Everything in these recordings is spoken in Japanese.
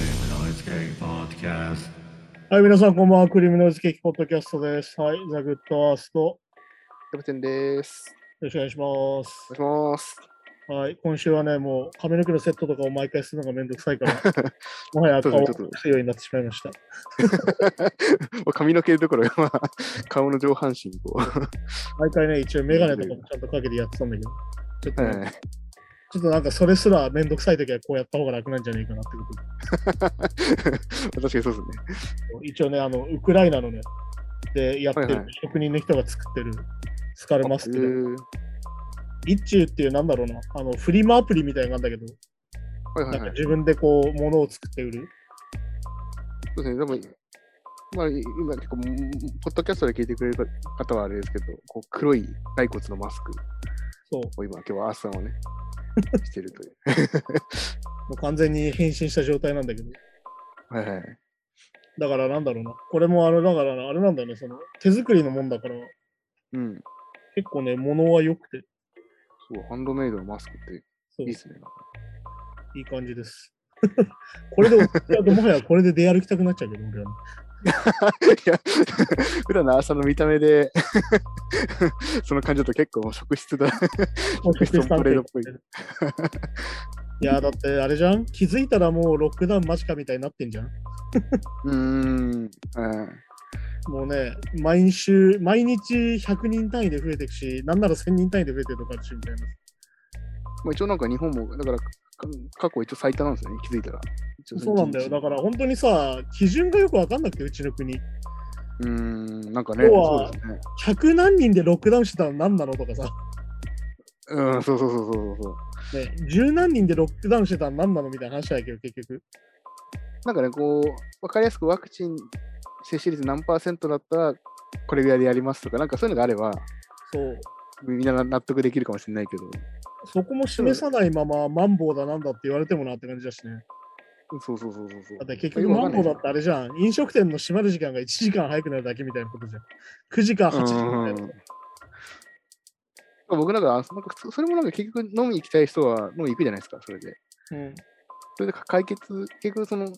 ケーキポッドキャスはい、皆さん、こんばんは。クリームノイズケーキポッドキャストです。はい、ザ・グッドアースト。よキャプテンです。ろしくお願いしますお。願いします。 はい、今週はね、もう髪の毛のセットとかを毎回するのがめんどくさい から、もはやそう顔でをすねちょ隠っとすようになってしまいました。もう髪の毛どころが、まあ、顔の上半身を。は毎回ね、一応メガネとかもちゃんとかけてやってたんだけど、ちょっとね、 いちょっとなんかそれすらめんどくさい時はこうやった方が楽なんじゃないかなってことで確かにそうですね。一応ね、あの、ウクライナのね、でやってはいはるい職人の人が作ってるスカルマスクで、うん一中っていうなんだろうな、あの、フリマアプリみたいなのがあるんだけど、はいはないんはかい。自分でこう、物を作って売る。そうですね。でも、まあ、今結構、ポッドキャストで聞いてくれる方はあれですけど、こう黒い骸骨のマスクそう。を今、今日はアースさんを ね、してるという。もう完全に変身した状態なんだけど。はいはい。だからなんだろうな。これもあれだからな、あれなんだよね。その手作りのもんだから、うん。結構ね、物は良くて、そう、ハンドメイドのマスクってそいういですね。いい感じです。 これで、いやもはやこれで出歩きたくなっちゃうけど、俺は、いや、 普段のアースさんの見た目 で、その感じだと結構職質だ。もう職質探トレード偵っぽい いや、だってあれじゃん気づいたらもうロックダウン間近みたいになってんじゃんうーん。うんもうね、毎週、毎日100人単位で増えていくし、なんなら1000人単位で増えてるとかあるし、みたいな。まあ、一応なんか日本も、だから、か過去一応最多なんですよね、気づいたら。一応そうなんだよ。だからう本当にさ、基準がよくわかんなくて、うちの国。ーん、なんかね、要はそうですね。 100何人でロックダウンしてたの何なのとかさ、うん、そうそうそうそうそう。ね、十何人でロックダウンしてたの何なのみたいな話だけど、結局。なんかね、こう、わかりやすくワクチン接種率何パーセントだったら、これぐらいでやりますとか、なんかそういうのがあれば、そう。みんな納得できるかもしれないけど、そこも示さないまま、マンボウだなんだって言われてもなって感じだしね。そうそうそうそうそう。だって結局、マンボウだってあれじゃん。飲食店の閉まる時間が1時間早くなるだけみたいなことじゃん。9時から8時みたいな。うん僕なんか、あなんかそそれもなんか結局飲み行きたい人は飲み行くじゃないですか、それで。うん。それで解決、結局その、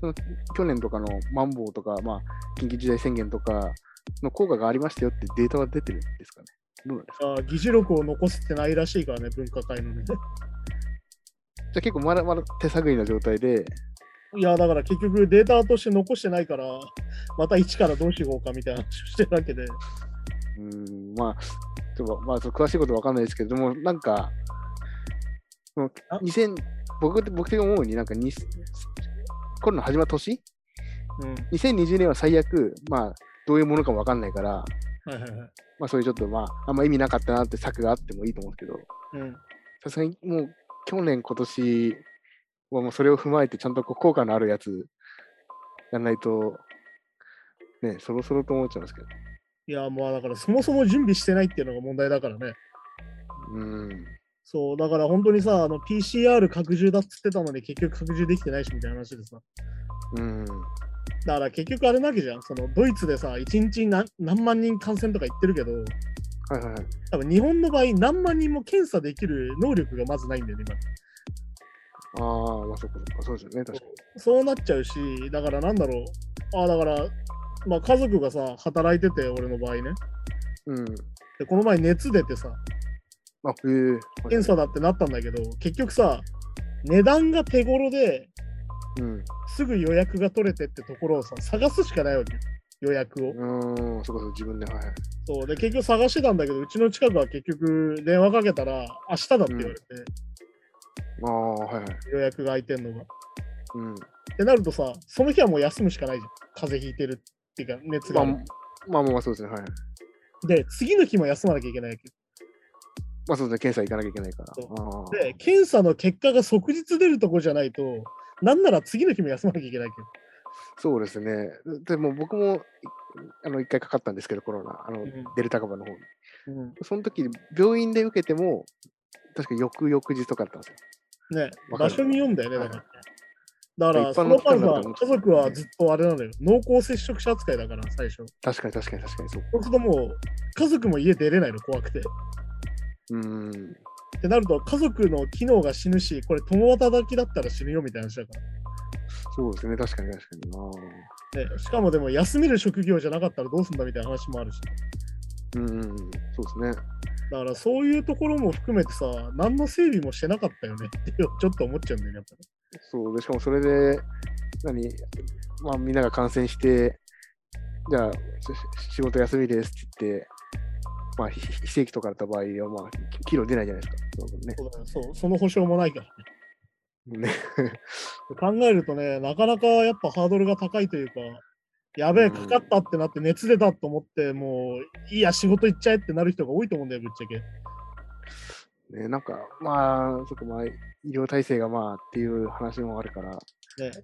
その去年とかのマンボウとか、まあ、緊急事態宣言とかの効果がありましたよってデータは出てるんですかね。どうなんですかあー議事録を残せてないらしいからね、分科会のね。 じゃあ結構まだまだ手探りな状態で、いや、だから結局データとして残してないから、また一からどうしようかみたいな話をしてるわけで。うーん、まあ、ちょっと、まあ、ちょっと詳しいことわかんないですけれども、なんか、そのあ2000僕僕的に思うに、なんかに、コロナ始まった年うん。 2020年は最悪、まあ、どういうものかもわかんないから、はいはいはい。まあ、そういうちょっと、まあ、あんま意味なかったなって策があってもいいと思うんですけど、うん。さすがにもう去年、今年はもうそれを踏まえて、ちゃんとこう効果のあるやつやんないと、ね、そろそろと思っちゃうんですけど。いや、まあだからそもそも準備してないっていうのが問題だからね。うん。そう、だから本当にさ、あの PCR 拡充だっつってたのに結局拡充できてないしみたいな話でさ。うん。だから結局あれなわけじゃん。そのドイツでさ、1日に何何万人感染とか言ってるけど、はいはいはい。多分日本の場合何万人も検査できる能力がまずないんだよね、今。ああ、まあそっかそっか、そうですよね、確かそうなっちゃうし、だからなんだろう。ああ、だから、まあ家族がさ、働いてて、俺の場合ね。に。うん。で、この前熱出てさ、あ、へえ。検査だってなったんだけど、結局さ、値段が手頃で、うん。すぐ予約が取れてってところをさ探すしかないわけよ予約をうん、そこそこ自分で、はいはい。そうで結局探してたんだけどうちの近くは結局電話かけたら明日だって言われて、ああ、はいはい。予約が空いてんのがっうん。てなるとさその日はもう休むしかないじゃん風邪ひいてるっていうか熱まがあある、まあまあまあそうですね、はい。で次の日も休まなきゃいけないわけまあそうですね、検査行かなきゃいけないから。そあで検査の結果が即日出るとこじゃないとなんなら次の日も休まなきゃいけないわけどーそうですね。でも僕も、いあの、一回かかったんですけど、コロナ、あの、んデルタ株の方に。うんその時、病院で受けても、確か翌々日とかだったんですよ。ねわ場かる所に読んだよねだから、だから、一般そのの人間になったらは家族はずっとあれなのよ。濃厚接触者扱いだから、最初。確かに確かに確かにそう。そうするともう家族も家出れないの怖くて。っうーん。てなると家族の機能が死ぬし、これ共働きだったら死ぬよみたいな話だから。そうですね、確かに確かにな。ね、しかもでも休める職業じゃなかったらどうすんだみたいな話もあるし、うんうんうん、そうですね。だからそういうところも含めてさ、何の整備もしてなかったよねってちょっと思っちゃうんだよね、やっぱり。そうでしかもそれで、何、まあ、みんなが感染して、じゃあ、し仕事休みですって言って、まあ、ひ非正規とかだった場合は、まあ、キロ出ないじゃないですか。そうねそうだねそうその保証もないから。ね 考えるとね、なかなかやっぱハードルが高いというか、やべえ、うんかかったってなって熱出たと思って、もう、いいや、仕事行っちゃえってなる人が多いと思うんだよ、ぶっちゃけ。ね、なんか、まあ、そこ、まあ、医療体制がまあっていう話もあるから、ね、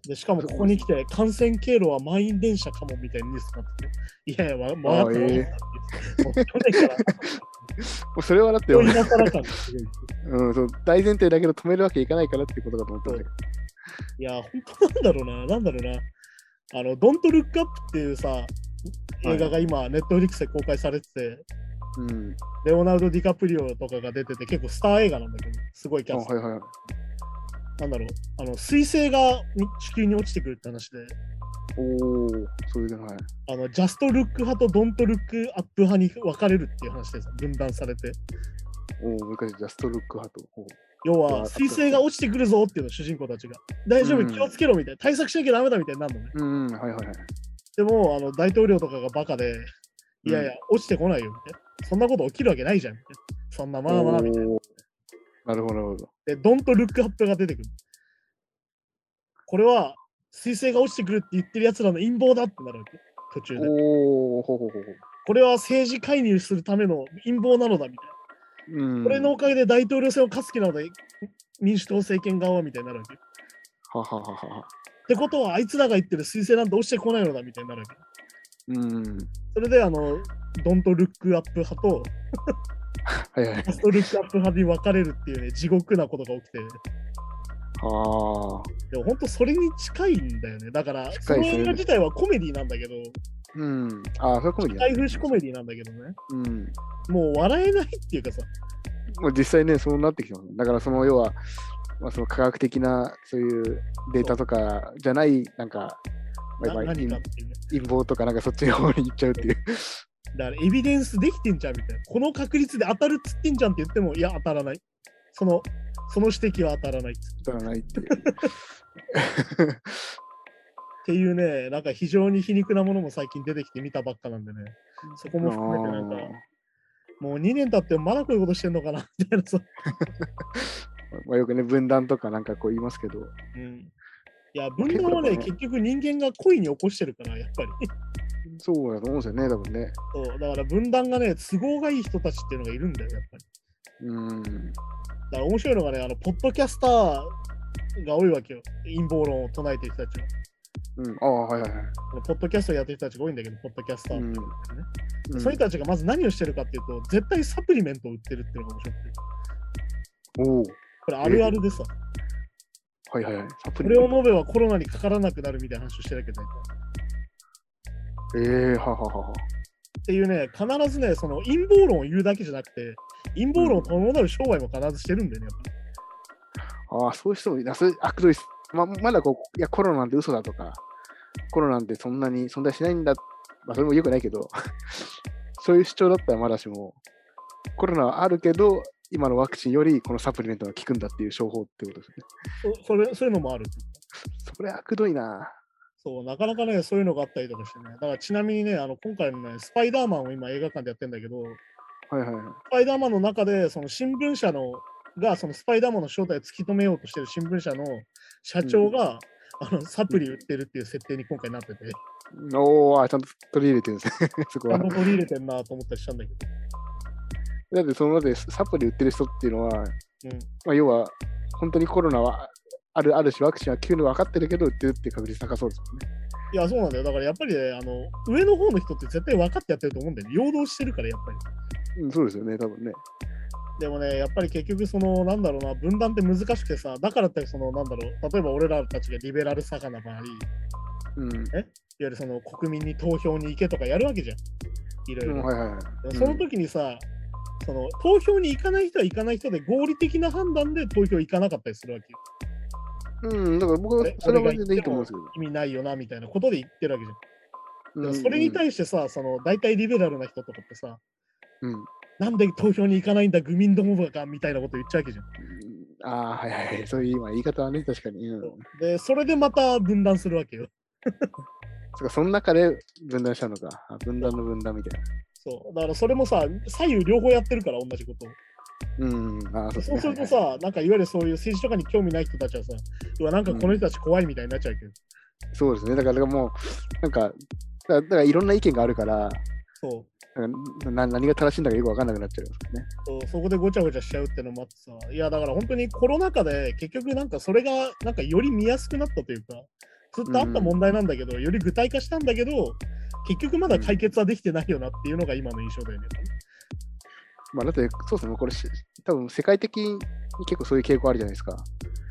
でしかもここに来て、感染経路は満員電車かもみたいなニュースになってて、いやいや、わ分かったああ分えかったもう去年から、もうそれはだって、今更から感がすごいうん、そう大前提だけど止めるわけいかないからっていうことだと思ったんだけど。いや、本当なんだろうな、なんだろうな。あの、ドントルックアップっていうさ、映画が今、ネットフリックスで公開されてて、うん。レオナルド・ディカプリオとかが出てて、結構スター映画なんだけど、すごいキあャストはいはいはい。なんだろう、あの、彗星がに地球に落ちてくるって話で、おお、そういうのはい。あの、ジャストルック派とドントルックアップ派に分かれるっていう話でさ、分断されて。おお、昔ジャストルック派と。おー要いやは、彗星が落ちてくるぞっていうの、主人公たちが。大丈う夫、ん気をつけろみたいな。対策しなきゃダメだみたいになるのね。うん、うんはいはいはい。でも、あの、大統領とかがバカで、いやいや、落ちてこないよみたいな。そんなこと起きるわけないじゃんみたいな。そんなまあまあみたいな。おーなるほど、なるほど。で、ドンとルックアップが出てくる。これは、彗星が落ちてくるって言ってるやつらの陰謀だってなるわけ。途中で。おお、ほうほうほうほこれは政治介入するための陰謀なのだみたいな。う。うん。これのおかげで大統領選を勝つ気なので、民主党政権側はみたいになるわけ。っははははは。てことは、あいつらが言ってる推薦なんて落ちてこないのだみたいになるわけ。うん。それで、あの、ドンとルックアップ派と、はいはい。ジャストルックアップ派に分かれるっていうね、地獄なことが起きて、はあ。でも本当それに近いんだよね。だから、そ近いのですね映画自体はコメディなんだけど、うん。ああ、それコメディ大風刺コメディなんだけどね、うん。もう笑えないっていうかさ、もう実際ね、そうなってきてますね。だから、その要は、まあ、その科学的な、そういうデータとかじゃない、なんか、なまあまあ何陰かっていうね。陰謀とか、なんかそっちの方に行っちゃうって いう。だからエビデンスできてんじゃんみたいな。この確率で当たるっつってんじゃんって言っても、いや、当たらない。その、その指摘は当たらないっつだからないっ ていう。っていうね、なんか非常に皮肉なものも最近出てきて見たばっかなんでね、そこも含めて なんか、もう2年経ってまだこういうことしてんのかなみたいなさ。あーまあ、よくね、分断とかなんかこう言いますけど、うんいや、分断は結構ね、ね結局人間が故意に起こしてるから、やっぱり。そうだと思うんですよね、多分ね。そうだから分断がね、都合がいい人たちっていうのがいるんだよ、やっぱり。うだん。から面白いのがね、あの、ポッドキャスターが多いわけよ。陰謀論を唱えてる人たちは。うん、ああ、はいはいはい。あのポッドキャストやってる人たちが多いんだけど、ポッドキャスターっていうのがね。うんそういう人たちがまず何をしてるかっていうと、絶対サプリメントを売ってるっていうのが面白くて。おお、これあるあるでさ、はいはいはい。サプこリれメをント飲めばコロナにかからなくなるみたいな話をしてるけど、ええはははは。っていうね、必ずね、その陰謀論を言うだけじゃなくて、陰謀論を伴う商売も必ずしてるんだよね、やっぱり。ああ、そういう人もいな、それ悪どいっす。ままだこう、いや、コロナなんて嘘だとか、コロナなんてそんなに存在しないんだ、まあ、それもよくないけど、 そういう主張だったらまだしも、コロナはあるけど、今のワクチンよりこのサプリメントが効くんだっていう商法ってことですね。そそれそういうのもある。それ悪どいな。そう、なかなかね、そういうのがあったりとかしてね。だからちなみにね、あの今回のね、スパイダーマンを今映画館でやってんだけど、スはいはいはい。パイダーマンの中で、その新聞社のが、そのスパイダーマンの正体を突き止めようとしてる新聞社の社長が、あのサプリ売ってるっていう設定に今回なってて、おーあ、ちゃんと取り入れてるんですね、 そこあは。の取り入れてんなと思ったりしたんだけど。だって、その中でサプリ売ってる人っていうのは、うんまあ、要は、本当にコロナはあるあるし、ワクチンは急に分かってるけど、売ってるっていう確率高そうですよね。いや、そうなんだよ。だからやっぱりね、あの、上の方の人って絶対分かってやってると思うんだよね。陽動してるから、やっぱり。うん、そうですよね、多分ね。でもね、やっぱり結局、その、なんだろうな、分断って難しくてさ、だからって、その、なんだろう、例えば俺らたちがリベラル左派な場合、いわうん。ゆるその、国民に投票に行けとかやるわけじゃん。いろいうんろ。はいはいはい。でもその時にさ、その、投票に行かない人は行かない人で、合理的な判断で投票行かなかったりするわけよ。うん、だから僕はえそれ俺がは全然いいと思うんですけど。意味ないよなみたいなことで言ってるわけじゃん。うんでうもんそれに対してさ、その大体リベラルな人とかってさ、うんうんなんで投票に行かないんだ、愚民どもがかみたいなこと言っちゃうわけじゃん。ああ、はいはいはい。そういう今言い方はね、確かに。うん。で、それでまた分断するわけよ。そっか、その中で分断したのか。あ分断の分断みたいそう。だからそれもさ、左右両方やってるから、同じことを。な。うんうん。ああ、そうするとはいはいはさ、なんかいわゆるそういう政治とかに興味ない人たちはさ、うわ、なんかこの人たち怖いみたいになっちゃうけど。いそうですね。だからもう、なんか、だからだからいろんな意見があるから、そうなんかな何が正しいんだかよく分かんなくなっちゃうんですよね。そう。そこでごちゃごちゃしちゃうってのもあってさ、いや、だから本当にコロナ禍で結局なんかそれがなんかより見やすくなったというか、ずっとあった問題なんだけど、より具体化したんだけど、結局まだ解決はできてないよなっていうのが今の印象だよね。まあ、だって、そうですね、これし、多分世界的に結構そういう傾向あるじゃないですか。だ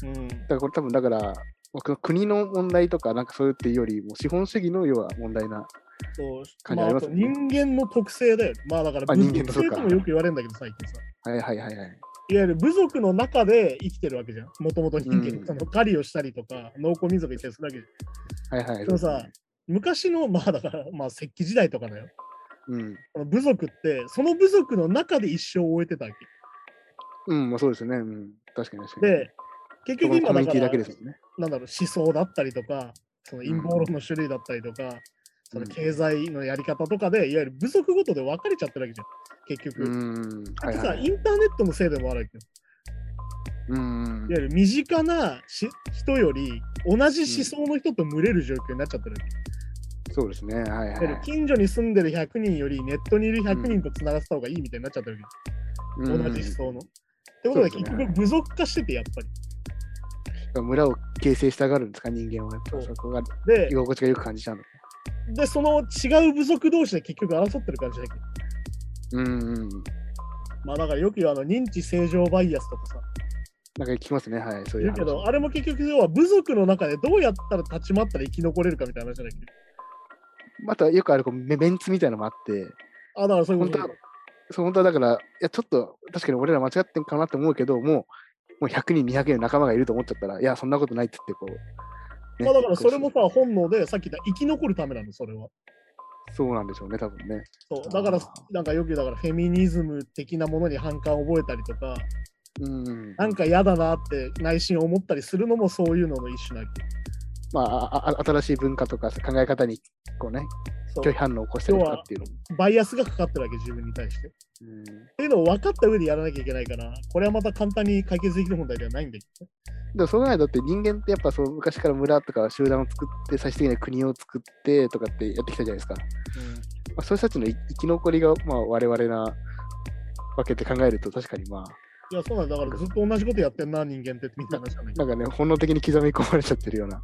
うん。からこれ多分、だから、まあこの国の問題とか、なんかそういうっていうよりも、資本主義の要は問題な。そう。感まじあ、ありあますとよね人間の特性だよね。まあだから、部あ人間族の特性性かともよく言われるんだけど、最近さ。はいはいはいはい。いわゆる部族の中で生きてるわけじゃん。もともと人間、うんその狩りをしたりとか、農耕民族に接するわけじゃん。はいはい。でもさうですね、昔の、まあだから、まあ石器時代とかだよ。うん。あの部族って、その部族の中で一生を終えてたわけ。うん、まあそうですね。うん。確かに確かに。で、結そこ局のコ今ミュだかニティら、だけですもんね。なんだろう、思想だったりとか、その陰謀論の種類だったりとか、その経済のやり方とかで、いわゆる部族ごとで分かれちゃってるわけじゃん。結局。うん。だはっいてはさ、い。インターネットのせいでもあるわけよ。うんいわゆる身近なし人より同じ思想の人と群れる状況になっちゃってるわけ。そうですね。はいはいわゆいる。近所に住んでる100人よりネットにいる100人と繋がせた方がいいみたいになっちゃってるわうけ。ん同じ思想の。ってことそでうですね結局部族化しててやっぱり。村を形成したがるんですか、人間は。やっぱそうそこがで居、心地がよく感じちゃうの。でその違う部族同士で結局争ってる感じだけど。うんうん。まあだからよく言うあの認知正常バイアスとかさ。なんか聞きますね。はい。そうい言うう話。けど、あれも結局要は部族の中でどうやったら立ち回ったら生き残れるかみたいな話だけど。またよくあるこうメメンツみたいなのもあって、あ、だからそういうこと本当そう本当はだから、いやちょっと確かに俺ら間違ってんかなって思うけど、もうもう100人、200人の仲間がいると思っちゃったら、いや、そんなことないって言ってこう、まねあだからそれもさこ、う本能でさっき言った生き残るためなの、それは。そうなんでしょうね、多分ね。そうあーだから、なんかよくだからフェミニズム的なものに反感を覚えたりとか、うん。なんか嫌だなって内心思ったりするのもそういうのの一種なわけ。まああ、あ新しい文化とか考え方にこうね、そ拒う否反応を起こしたりとかっていうのも。バイアスがかかってるわけ、自分に対して。っうんていうのを分かった上でやらなきゃいけないから、これはまた簡単に解決できる問題ではないんだけど。でもその前だって人間ってやっぱそう昔から村とか集団を作って最終的には国を作ってとかってやってきたじゃないですか。まあ、そういう人たちの生き残りが、まあ、我々なわけって考えると確かにまあいや、そうなんだ。だからずっと同じことやってんな、人間って、みたいな話なんだけなんかね本能的に刻み込まれちゃってるような。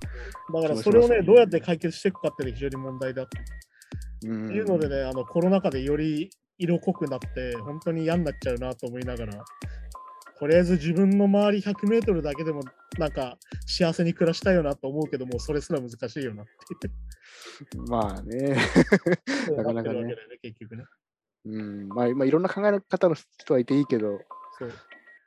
ど。だからそれをそうそうね、そうどうやって解決していくかっていうのが非常に問題だって。うんっていうのでね、あのコロナ禍でより色濃くなって、本当に嫌になっちゃうなと思いながら、とりあえず自分の周り100メートルだけでも、なんか幸せに暮らしたいよなと思うけども、それすら難しいよなってまあね。いう。 なかなかねってるわけだよね、結局ね。うんまあ、まあいろんな考え方の人はいていいけどそう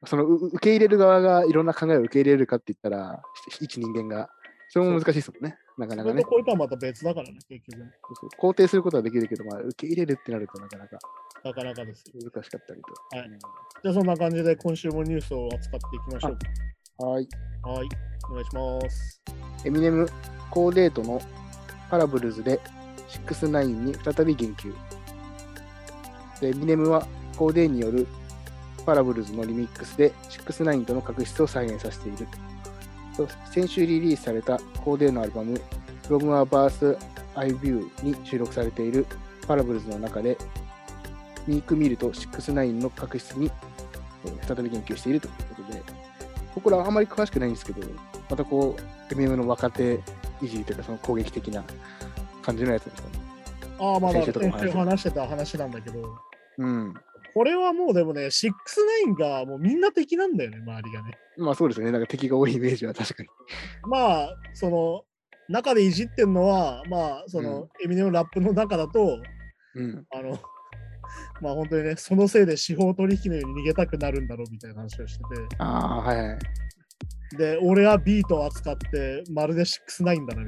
そのう受け入れる側がいろんな考えを受け入れるかって言ったらし一人間がそれも難しいですもんね。なかなそかれねと。こういうとはまた別だからね、結局ね。そうそう肯定することはできるけど、まあ、受け入れるってなるとなかなかなかなかですよ。難しかったりと。はいうんじゃあそんな感じで今週もニュースを扱っていきましょうはい。か。はい。お願いします。エミネム、コーデートのパラブルズで69に再び言及。でエミネムはコーデーによるパラブルズのリミックスで69との確執を再現させている。と先週リリースされたコーデーのアルバム From a Birth I View に収録されているパラブルズの中でミークミルと69の確執にえー再び言及しているということで、ここらあんまり詳しくないんですけど、またこう、MM の若手いじりというか、その攻撃的な感じのやつですよね。ああ、まあまあ、先週先とか週も話してた話なんだけど、うん。これはもうでもね、69がもうみんな敵なんだよね、周りがね。まあそうですね、なんか敵が多いイメージは確かに。まあその中でいじってんのはまあその、うんエミネムラップの中だとうん。あの まあ本当にねそのせいで司法取引のように逃げたくなるんだろうみたいな話をしててああ、はいはい。で、俺はビートを扱って、まるで69だな、みたい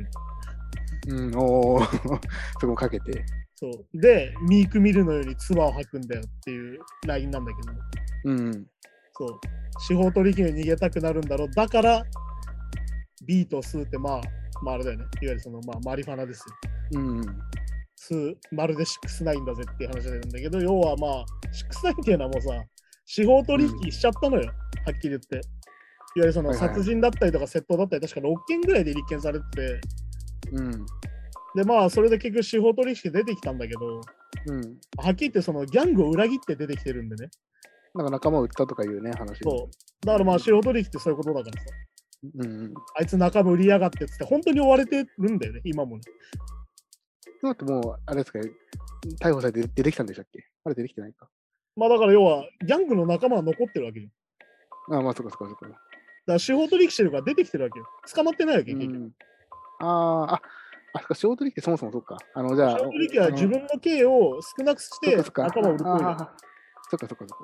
な。うん、おお、 そこかけて。そう。で、ミークミルのように唾を吐くんだよっていうラインなんだけど、うん。そう。司法取引に逃げたくなるんだろう。だから、ビートを吸うって、まあ、まあ、あれだよね。いわゆるその、まあ、マリファナですよ。うん。吸う、まるで69だぜっていう話なんだけど、要はまあ、69っていうのはもうさ、司法取引しちゃったのよ。はっきり言って。いわゆるそのはいはい殺人だったりとか窃盗だったり、確か6件ぐらいで立件されてて、うん。でまあ、それで結局司法取引出てきたんだけど、うん。はっきり言ってそのギャングを裏切って出てきてるんでね。なんか仲間を売ったとかいうね、話。そう。だからまあ、司法取引ってそういうことだからさ。う。うん。あいつ仲間売りやがってっつって、本当に追われてるんだよね、今もね。だってもう、あれですか、逮捕されて出てきたんでしたっけあれ出てきてないか。まあだから要は、ギャングの仲間は残ってるわけよ。ああ、まあ、そっかそっかそっか。だから司法取引してるから出てきてるわけよ。捕まってないわけうよ、結局。ん、ああ、あ、あ、そっか、仕事力ってそもそもそっか。あの、じゃあ、司法取引は自分の刑を少なくしあのてそっかそっか仲間を売る行為だああそっかそっかそっか。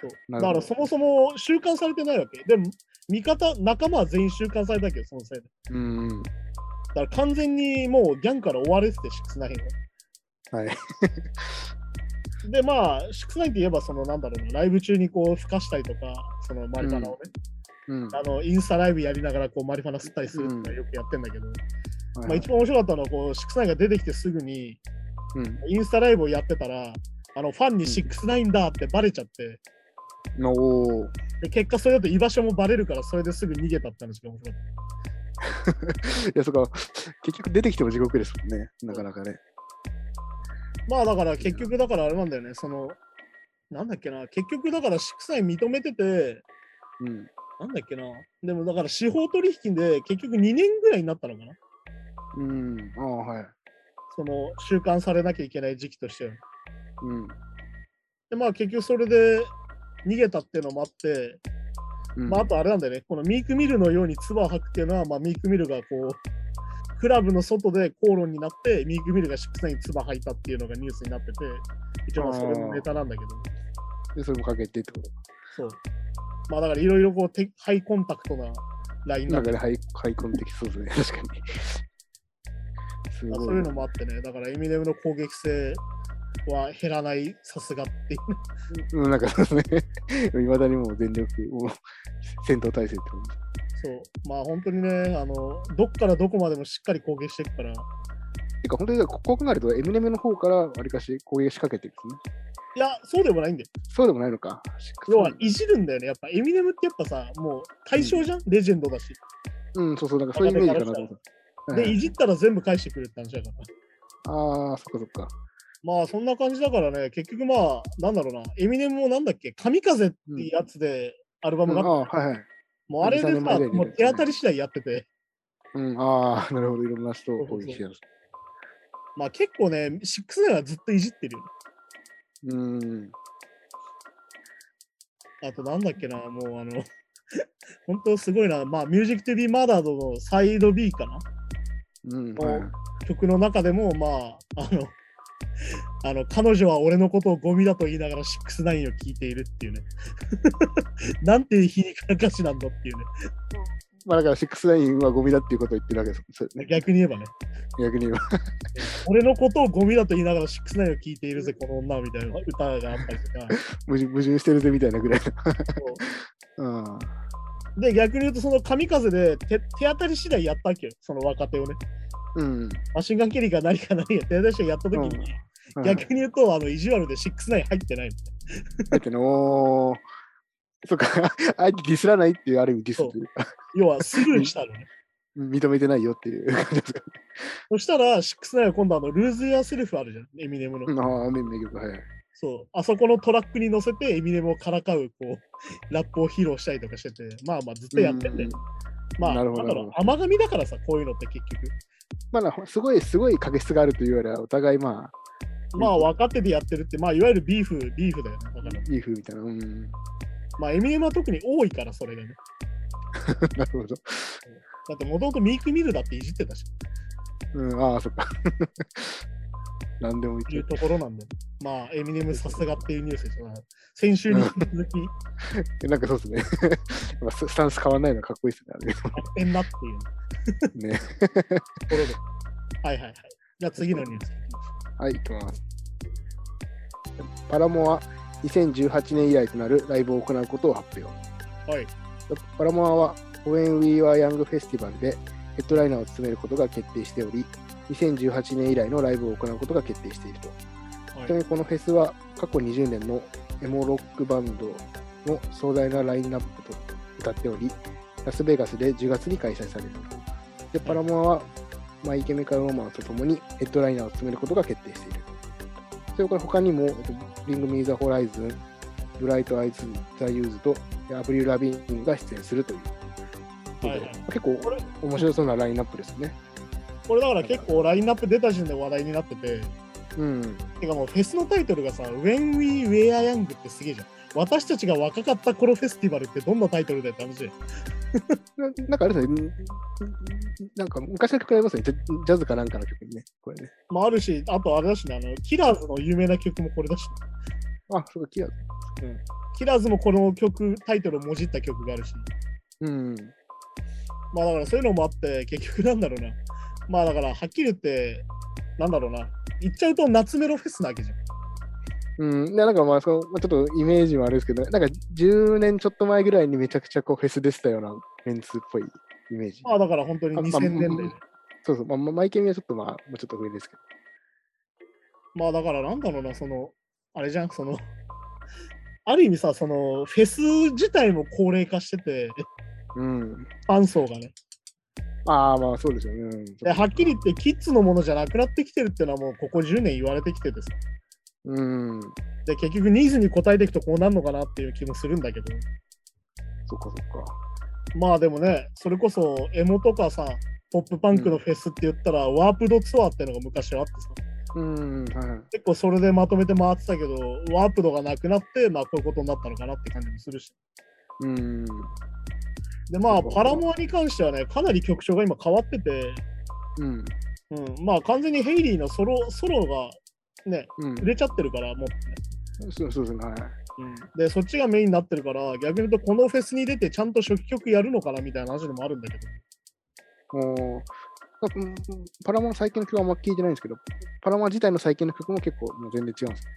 そうなだるかほどらそもそも収監されてないわけ。でも、味方、仲間は全員収監されたわけど、そのせいで。うんうん。だから完全にもうギャングから追われてて、シックスナインは。はい。でまあ、シックスナインって言えば、そのなんだろうな、ライブ中にこう、ふかしたりとか、そのマリファナをね、うん。あのインスタライブやりながらこうマリファナ吸ったりするってのはよくやってんだけど、まあ、一番面白かったのは、こう、シックスナインが出てきてすぐに、うん。インスタライブをやってたら、あのファンにシックスナインだってバレちゃって、のおーで結果、それだと居場所もバレるから、それですぐ逃げたって話が面白かっいや、そっか、結局出てきても地獄ですもんね、なかなかね。た。まあ、だから結局、だからあれなんだよね、その、なんだっけな、結局、だからシックスナイン認めてて、うん。なんだっけな、でもだから司法取引で結局2年ぐらいになったのかな。うん。ああ、はい。その収監されなきゃいけない時期としては。うん。で、まあ結局それで逃げたっていうのもあって、うんまああとあれなんだよね、このミークミルのように唾を吐くっていうのは、まあミークミルがこう、クラブの外で口論になって、ミークミルがシックスナインに唾吐いたっていうのがニュースになってて、一応まあそれのネタなんだけど、で、それもかけてってことそう。まあだからいろいろこうて、ハイコンタクトなラインななんだけんかね、ハイハイコン的そうですね、確か ど、まあそいに。すごいううな。のもあってね、だからエミネムの攻撃性は減らない、さすがっていう。うん、なんかそうですね、いま だにもう全力、もう戦闘態勢ってこそう。まあ本当にね、あの、どっからどこまでもしっかり攻撃していくから、と。てか、本当にここを考えると、エミネムの方からわりかし攻撃仕掛けてるんですね。いや、そうでもないんだよ。そうでもないのか。要は、いじるんだよね。やっぱ、エミネムってやっぱさ、もう対象じゃん、レジェンドだし。うん、そうそう、なんかそういうイメージかなと思った。はで、いいじったら全部返してくるって話だから。ああ、そっかそっか。まあ、そんな感じだからね、結局まあ、なんだろうな、エミネムもなんだっけ、神風ってやつでアルバうムんがああった、あ、はいはい。もうあれで13さ、年前ぐらいにもう手当たり次第やってて、うん、あ あ、なるほど、いろんな人を攻撃してる。まあ結構ね、シックスナインはずっといじってるよ。うん。あとなんだっけな、もうあの、 本当すごいな、まあ、ミュージックトゥビーマーダードのサイド B かな。うん、はい。曲の中でもまああの あの彼女は俺のことをゴミだと言いながらシックスナインを聴いているっていうね なんて皮肉な歌詞なんだっていうねまあだから、69はゴミだっていうことを言ってるわけですそうね。逆に言えばね逆に言えば。俺のことをゴミだと言いながらシックスナインを聴いているぜこの女はみたいな歌があったりとか矛盾矛盾してるぜみたいなぐらいその。うん。うで逆に言うとその神風で手手当たり次第やったわけよその若手をねうん。マシンガンケリーが何か何や手当たり次第やった時に、うん逆に言うとあの意地悪でシックスナイン入ってないのだっての、そっか、 あえてディスらないっていう、ある意味ディスっていう要はスルーしたのね認めてないよっていう感じですか。そしたら、シックスナインは今度あの、ルーズ・ヤー・セルフあるじゃん、エミネムの。うんああ、名名曲、はい。そう。あそこのトラックに乗せて、エミネムをからかう、こう、ラップを披露したりとかしてて、まあまあ、ずっとやってんだよ。まあ、ななるんほどだろなるうほ、甘神だからさ、こういうのって結局。まあな、すごい、すごい確執があるというよりは、お互いまあ、まあ、若手でやってるって、まあ、いわゆるビーフ、ビーフだよね。だから、いい風みたいな。うん。 まあ、エミネムは特に多いから、それがね。なるほど。だって、もともとミーク・ミルだっていじってたし。うん、ああ、そっか。 何でもいとけいうる。ところなんで、まあ、エミネムさすがっていうニュースですが、先週に引き続き、なんかそうですね。 やっぱススタンス変わらないのかっこいいですね発展だっていうとこあれ ね。ね。ろで。はいはいはい。じゃあ次のニュース。はい、行きます。パラモア、2018年以来となるライブを行うことを発表。はい。パラモアは、When We Were Young フェスティバルでヘッドライナーを務めることが決定しており、2018年以来のライブを行うことが決定していると。ちなはみい、にこのフェスは過去20年のエモロックバンドの壮大なラインナップと歌っており、ラスベガスで10月に開催されると。で、パラモアはマイケミカルロマンスとともにヘッドライナーを務めることが決定していると。それから他にも、えっとリング・ミー・ザ・ホライズン、ブライト・アイズ・ザ・ユーズとでアブリル・ラビーンが出演するという。はいはい結構これ面白そうなラインナップですね。これだから結構ラインナップ出た時点で話題になってて、うん。てかもうフェスのタイトルがさ、When We Were Young ってすげえじゃん。私たちが若かった頃フェスティバルってどんなタイトルだよって話で。ななんかあれですね、んんなんか昔の曲ありますね、ジャジャズかなんかの曲にね、これね。まああるし、あとあれだしね、あの、キラーズの有名な曲もこれだし、あ、そうか、キア。キラーズもこの曲、タイトルをもじった曲があるし、うん。まあだからそういうのもあって、結局なんだろうな。まあだからはっきり言って、なんだろうな。言っちゃうと夏メロフェスなわけじゃん。うん、でなんかまあその、まあ、ちょっとイメージもあれですけど、なんか10年ちょっと前ぐらいにめちゃくちゃこうフェス出てたようなメンツっぽいイメージ。まあだから本当にあ2000年代で。そうそう、まあ、まあマイケミはちょっとまあ、もうちょっと上ですけど。まあだからなんだろうな、その、あれじゃん、その、ある意味さ、その、フェス自体も高齢化してて、うん。ファン層がね。ああ、まあそうですよね。うん、ではっきり言って、キッズのものじゃなくなってきてるっていうのはもうここ10年言われてきててさ。うん。そっで、結局ニーズに応えていくとこうなるのかなっていう気もするんだけど。かそっか。まあでもね、それこそエモとかさ、ポップパンクのフェスって言ったら、ワープドツアーってのが昔はあってさ、うん、はいはい。結構それでまとめて回ってたけど、ワープドがなくなって、まあこういうことになったのかなって感じもするし。うん。でまなあ、るほどパラモアに関してはね、かなり曲調が今変わってて、うん。うん、まあ完全にヘイリーのソロソロがね、うん。売れちゃってるから、もうね、そうそうですね。はい。で、そっちがメインになってるから、逆に言うと、このフェスに出てちゃんと初期曲やるのかなみたいな話でもあるんだけど、もうなんかうんうんパラモン最近の曲はあんま聞いてないんですけど、パラモン自体の最近の曲も結構もう全然違うんですね。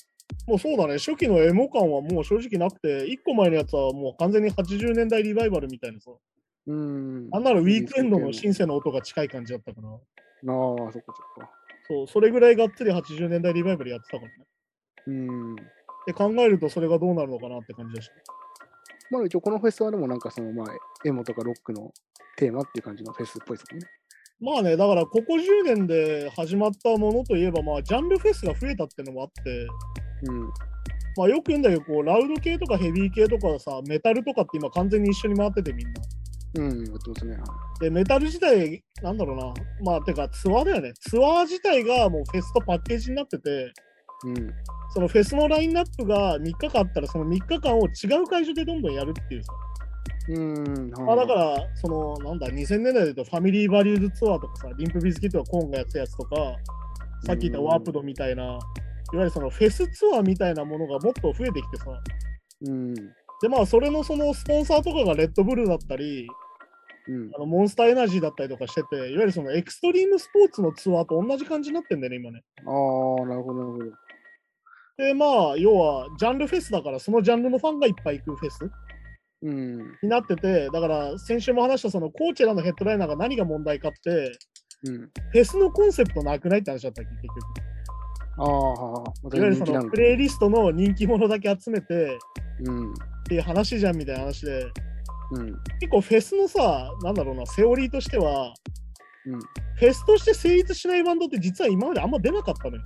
もうそうだね、初期のエモ感はもう正直なくて、1個前のやつはもう完全に80年代リバイバルみたいなさ、うーん。あんなのウィークエンドのシ新ンセの音が近い感じだったから、ああ、そっかそっか。そう、それぐらいがっつり80年代リバイバルやってたからね。うーん。で、考えるとそれがどうなるのかなって感じだし。まあ一応このフェスはでもなんかそのまあエモとかロックのテーマっていう感じのフェスっぽいですもんね。まあね、だからここ10年で始まったものといえば、まあ、ジャンルフェスが増えたってのもあって、うん。まあ、よく言うんだけど、こうラウド系とかヘビー系とかさ、メタルとかって今完全に一緒に回っててみんな。うん、やってますね。はいで、メタル自体、なんだろうな、まあ、てかツアーだよね。ツアー自体がもうフェスとパッケージになってて、うん。そのフェスのラインナップが3日間あったら、その3日間を違う会場でどんどんやるっていうさ。うーん。、まあ、だからら、その、なんだ、2000年代で言うと、ファミリーバリューズツアーとかさ、リンプビズキットがコーンがやってたやつとか、さっき言ったワープドみたいな、いわゆるそのフェスツアーみたいなものがもっと増えてきてさ、うん。で、まあ、それのそのスポンサーとかがレッドブルだったり、うんあ。のモンスターエナジーだったりとかしてて、いわゆるそのエクストリームスポーツのツアーと同じ感じになってんだよね、今ね。ああ、なるほど、なるほど。で、まあ、要は、ジャンルフェスだから、そのジャンルのファンがいっぱい行くフェスうん。になってて、だから、先週も話した、そのコーチェラのヘッドライナーが何が問題かって、うん。フェスのコンセプトなくないって話だったっけ、結局。ああ、またいわゆる人そ気なのんプだ。レイリストの人気者だけ集めてうん。っていう話じゃんみたいな話で、うん。結構フェスのさ、なんだろうな、セオリーとしては、うん。フェスとして成立しないバンドって実は今まであんま出なかったのよ。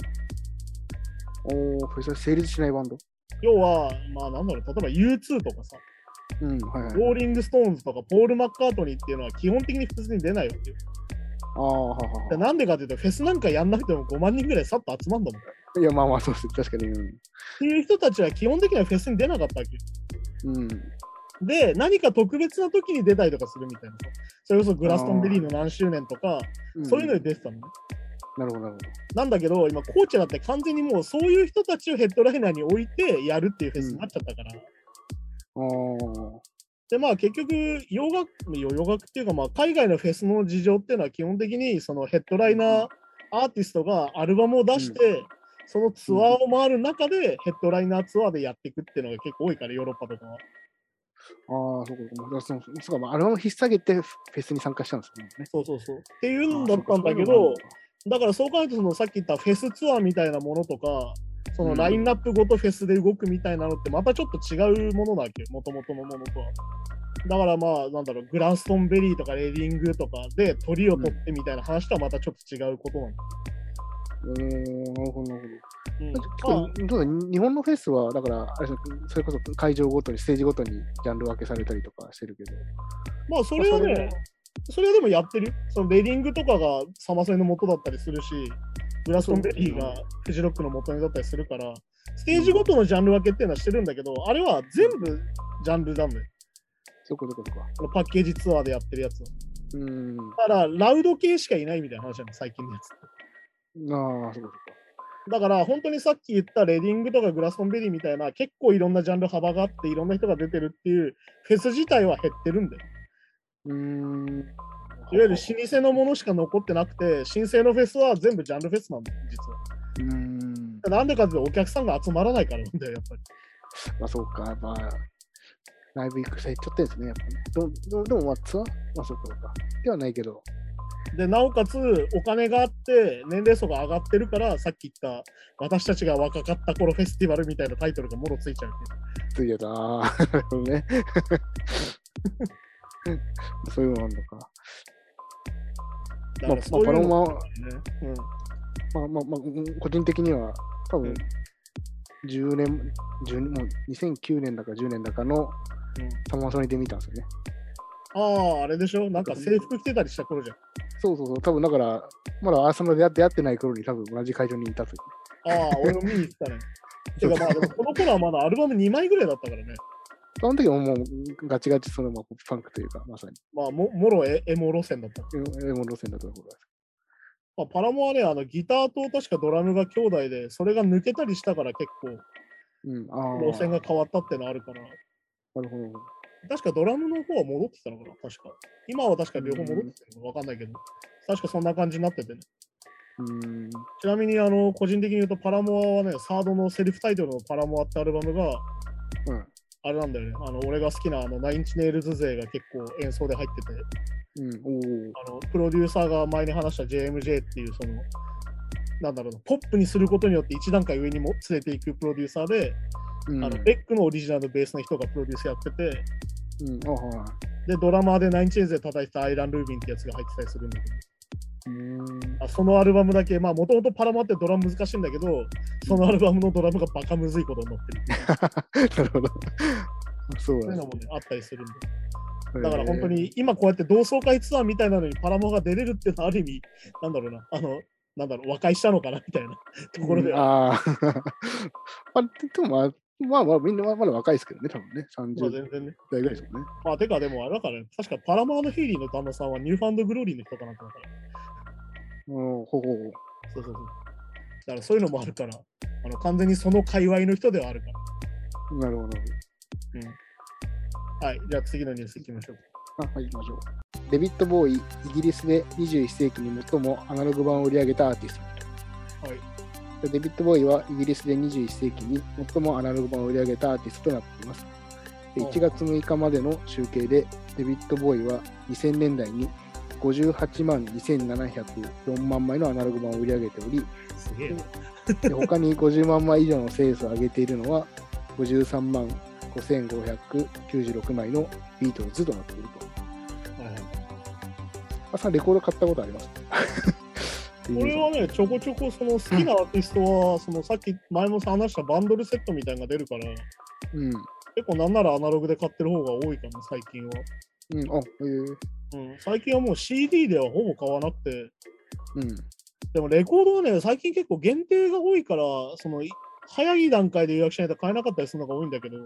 おお、フェスは成立しないバンド。要は、まあなんだろう、例えば U2 とかさ、うん、はいはい。ローリング・ストーンズとかポール・マッカートニーっていうのは基本的に普通に出ないわけよ。ああ、ははでなんでかっていうと、フェスなんかやんなくても5万人ぐらいさっと集まんだもん。っいや、まあまあ、そうです。確かに。うん。ていう人たちは基本的にはフェスに出なかったわけよ。うん、で、何か特別な時に出たりとかするみたいな。それこそグラストンベリーの何周年とか、そういうので出てたのね。なるほど、なるほど。なんだけど、今、コーチェラって完全にもうそういう人たちをヘッドライナーに置いてやるっていうフェスになっちゃったから。おで、まあ結局、洋楽、洋洋楽っていうか、まあ海外のフェスの事情っていうのは基本的にそのヘッドライナーアーティストがアルバムを出して、そのツアーを回る中でヘッドライナーツアーでやっていくっていうのが結構多いから、ヨーロッパとかは。ああ、そうかそうか。そうかそうか、まあ、アルバムを引っ提げてフェスに参加したんですね。そうそうそう。っていうんだあっーたそんうかだけそういうのもあるどの、かだからそう考えるとそのさっき言ったフェスツアーみたいなものとかそうのんラインナップごとフェスで動くみたいなのってまたちょっと違うものなわけよもともとのものとはだからまあなんだろうグランストンベリーとかレディングとかで鳥を取ってみたいな話とはまたちょっと違うことなの、うーん、なるほど、なるほど。うん結構どうだ日本のフェスは、だから、あれですねそれこそ会場ごとに、ステージごとにジャンル分けされたりとかしてるけど。まあそれはまあそれねもそれはでもやってるよそのレディングとかがサマソニの元だったりするしグランストンベリーがフジロックの元にだったりするからステージごとのジャンル分けっていうのはしてるんだけどあれは全部ジャンルなんだよそうか、そうか、そうか。このパッケージツアーでやってるやつは。うーん。だあから、ラウド系しかいないみたいな話なの、最近のやつって。あ、そうか、そうか。だから、本当にさっき言ったレディングとかグラストンベリーみたいな、結構いろんなジャンル幅があって、いろんな人が出てるっていう、フェス自体は減ってるんだよ。うーいん。わゆる老舗のものしか残ってなくて、新生のフェスは全部ジャンルフェスなんだよ、実は。うーん。なんでかっていうとお客さんが集まらないからなんだよ、やっぱり。まあそうか、やっぱ、ライブ行く際行っちゃってるんですね、やっぱね。どどでも、まあツアーまあそうか、そうか。ではないけど。で、なおかつ、お金があって、年齢層が上がってるから、さっき言った、私たちが若かった頃フェスティバルみたいなタイトルがもろついちゃうっていう。ついやだ。なるほどね。 そういうのもあるのか。だからそういうのもあるんだよねうんまあまあまあ、うん個人的には、多う分ん10年、10もう2009年だか10年だかのうんサマーソニで見たんですよね。ああ、あれでしょなんか制服着てたりした頃じゃん。そうそうそう、多分だから、まだアーサナで出会ってない頃に多分同じ会場にいたという。ああ、俺も見に行ったね。てかまあ、でもこの頃はまだアルバム2枚ぐらいだったからね。その時はもうガチガチそのまあポップパンクというか、まさに、まあ、ももろエエモ路線だった。エモ路線だと思います。まあ、パラモはね、あのギターと確かドラムが兄弟で、それが抜けたりしたから結構うん、ああ。路線が変わったってのあるから、なるほど。確かドラムの方は戻ってきたのかな、確か。今は確か両方戻ってきてるのかわかんないけど、確かそんな感じになっててね。うーん。ちなみに、あの、個人的に言うと、パラモアはね、サードのセルフタイトルのパラモアってアルバムが、うんあれなんだよね。あの、俺が好きな、あの、ナインチネイルズ勢が結構演奏で入ってて、うん、おーあの、プロデューサーが前に話した JMJ っていう、その、なんだろうな、ポップにすることによって一段階上にも連れていくプロデューサーで、うん、あの、ベックのオリジナルのベースの人がプロデュースやってて、うん、あはで、ドラマーでナインチネイルズで叩いてたアイラン・ルービンってやつが入ってたりするんだけど、い。うーん。あそのアルバムだけ、まあ、もともとパラマってドラム難しいんだけど、そのアルバムのドラムがバカむずいことになってるっていうなるほど。そそうういうなのんもでね、あったりするんで。すねだから本当。に今こうやって同窓会ツアーみたいなのにパラモが出れるっていうのはある意味、なんだろうな、あの、なんだろう、和解したのかなみたいなところでうんは、あーあ。でもまあ、まあまあ、みんなまだ若いですけどね、多分ね。まあ30全然ね。代ぐらいですもんね。まあてかでもあれだから、ね、確かパラマのヘイリーの旦那さんはニューファンドグローリーの人かなんかだから。うん、ほうほうほう。そうそうそう。だからそういうのもあるから、あの完全にその界隈の人ではあるかなるほど。ら。はい、じゃあ次のニュースいきましょう。あはい、行きましょう。デビッド・ボーイ、イギリスで21世紀に最もアナログ版を売り上げたアーティスト。はいい。デビッド・ボーイはイギリスで21世紀に最もアナログ版を売り上げたアーティストとなっています。でおう1月6日までの集計で、デビッド・ボーイは2000年代に58万2704万枚のアナログ版を売り上げており、すげえな。で他に50万枚以上のセールスを上げているのは53万5596枚のビートルズとなっていると。はいはいあさんレコード買ったこと あります俺はね、ちょこちょこその好きなアーティストは、そのさっき前も話したバンドルセットみたいなのが出るから、うん。結構なんならアナログで買ってる方が多いかな、最近は。うん。あ、えー、うん、最近はもう CD ではほぼ買わなくて、うん。でもレコードはね、最近結構限定が多いから、そのい早い段階で予約しないと買えなかったりするのが多いんだけど、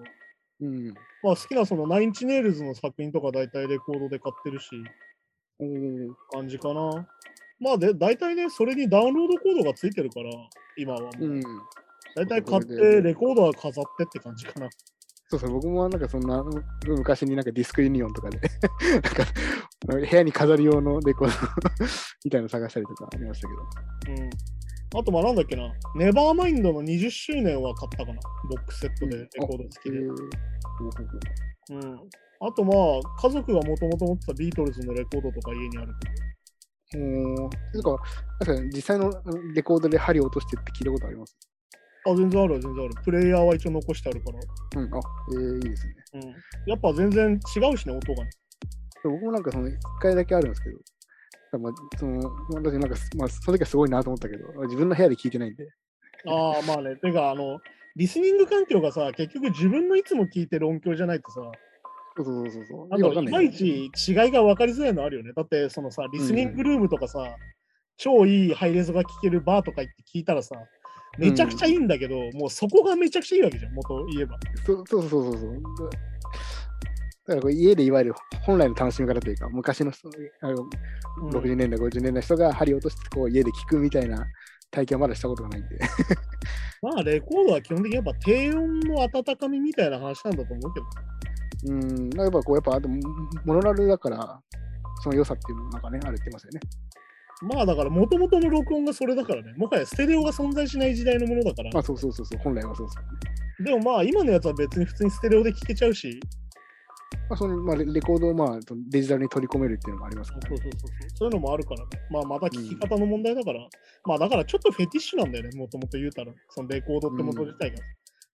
うん。まあ好きなそのナインチネイルズの作品とか大体レコードで買ってるし、おー感じかな。まあで、大体ね、それにダウンロードコードがついてるから、今はもう。うん。大体買っそれでて、レコードは飾ってって感じかな。そうそう、僕もなんかそんな、む昔になんかディスクユニオンとかで、 なんか、部屋に飾る用のレコード みたいなの探したりとかありましたけど。うん。あと、まあなんだっけな、ネバーマインドの20周年は買ったかな、ボックスセットでレコード付きでへ。ーうん。あと、まあ、家族がもともと持ってたビートルズのレコードとか家にあるけどおーなんか、なんか実際のレコードで針を落としてって聞いたことあります。あ、全然あるよ全然ある。プレイヤーは一応残してあるから。うん、あ、えー、いいですね。うん。やっぱ全然違うしね、音がね。でも僕もなんかその1回だけあるんですけど、まあ、その私なんかす、まあ、その時はすごいなと思ったけど、自分の部屋で聞いてないんで、ああ、まあね。てか、あの、リスニング環境がさ、結局自分のいつも聞いてる音響じゃないとさ、そうそうそうそう、なんよかくわかいんまないいけち違いが分かりづらいのあるよね。だって、そのさ、リスニングルームとかさ、超いいハイレゾが聴けるバーとか行って聞いたらさ、めちゃくちゃいいんだけど、もうそこがめちゃくちゃいいわけじゃん、元を言えば。ど、そうそうそうそうそう。だだからこれ家でいわゆる本来の楽しみ方というか、昔のそのあのうん60年代、50年代の人が針を落としてこう家で聞くみたいな体験はまだしたことがないんで。 まあ、レコードは基本的にやっぱ低音の温かみみたいな話なんだと思うけど。うん、やっぱこう、やっぱあとモノラルだから、その良さっていうのもなんかね、あるって言いますよね。まあだから元々の録音がそれだからね、もはやステレオが存在しない時代のものだからまあ、、そうそうそうそう、本来はそうですよね。でもまあ今のやつは別に普通にステレオで聴けちゃうし、まあ、その、まあ、レレコードを、まあ、そのデジタルに取り込めるっていうのもありますから、そうね。そうそうそうそういうのもあるからね、まあまた聴き方の問題だから、まあだからちょっとフェティッシュなんだよね、もともと言うたら、そのレコードって元自体が。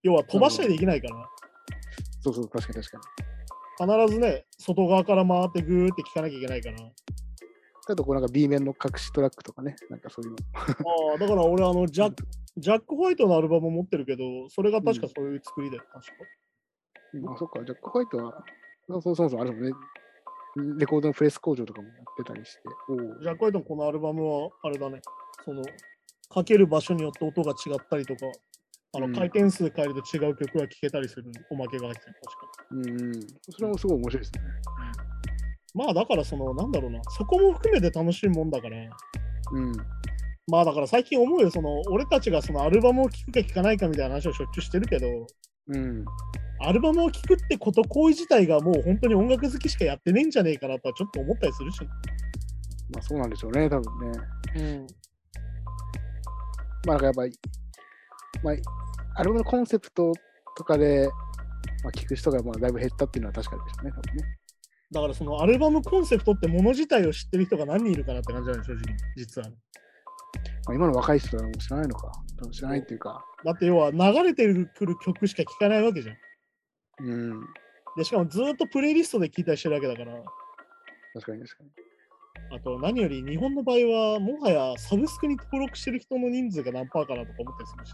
要は飛ばしたりできないから、そうそう、確かに確かに。必ずね、外側から回ってグーって聴かなきゃいけないから。あと、こう、なんか B 面の隠しトラックとかね、なんかそういうの。ああ、だから俺あのジャック、ジャック・ホワイトのアルバム持ってるけど、それが確かそういう作りだよ、確か。うんあ、そっか、ジャック・ホワイトは、そそそもそもあれだもんね、レコードのプレス工場とかもやってたりして、おージャック・ホワイトのこのアルバムは、あれだね、その、かける場所によって音が違ったりとか、あうのん回転数変えると違う曲が聴けたりする、おまけが入ってる、確か。うん、それもすごい面白いですね。まあだからその、なんだろうな、そこも含めて楽しいもんだから、うん、まあだから最近思うよ、その、俺たちがそのアルバムを聴くか聴かないかみたいな話をしょっちゅうしてるけど、うん、アルバムを聴くってこと行為自体がもう本当に音楽好きしかやってねえんじゃねえかなとはちょっと思ったりするし、まあそうなんでしょうね、多分ね。うん、まあなんかやっぱ、まあ、アルバムのコンセプトとかで、まあ、聞く人がまあだいぶ減ったっていうのは確かでしょうね、多分ね。だからそのアルバムコンセプトってもの自体を知ってる人が何人いるかなって感じなの正直、実は。まあ、今の若い人はもう知らないのか、多分知らないっていうか、だって要は流れてくる曲しか聴かないわけじゃん。うん、で、しかもずっとプレイリストで聴いたりしてるわけだから、確かに確かに。あと何より日本の場合は、もはやサブスクに登録してる人の人数が何パーかなとか思ったりするし、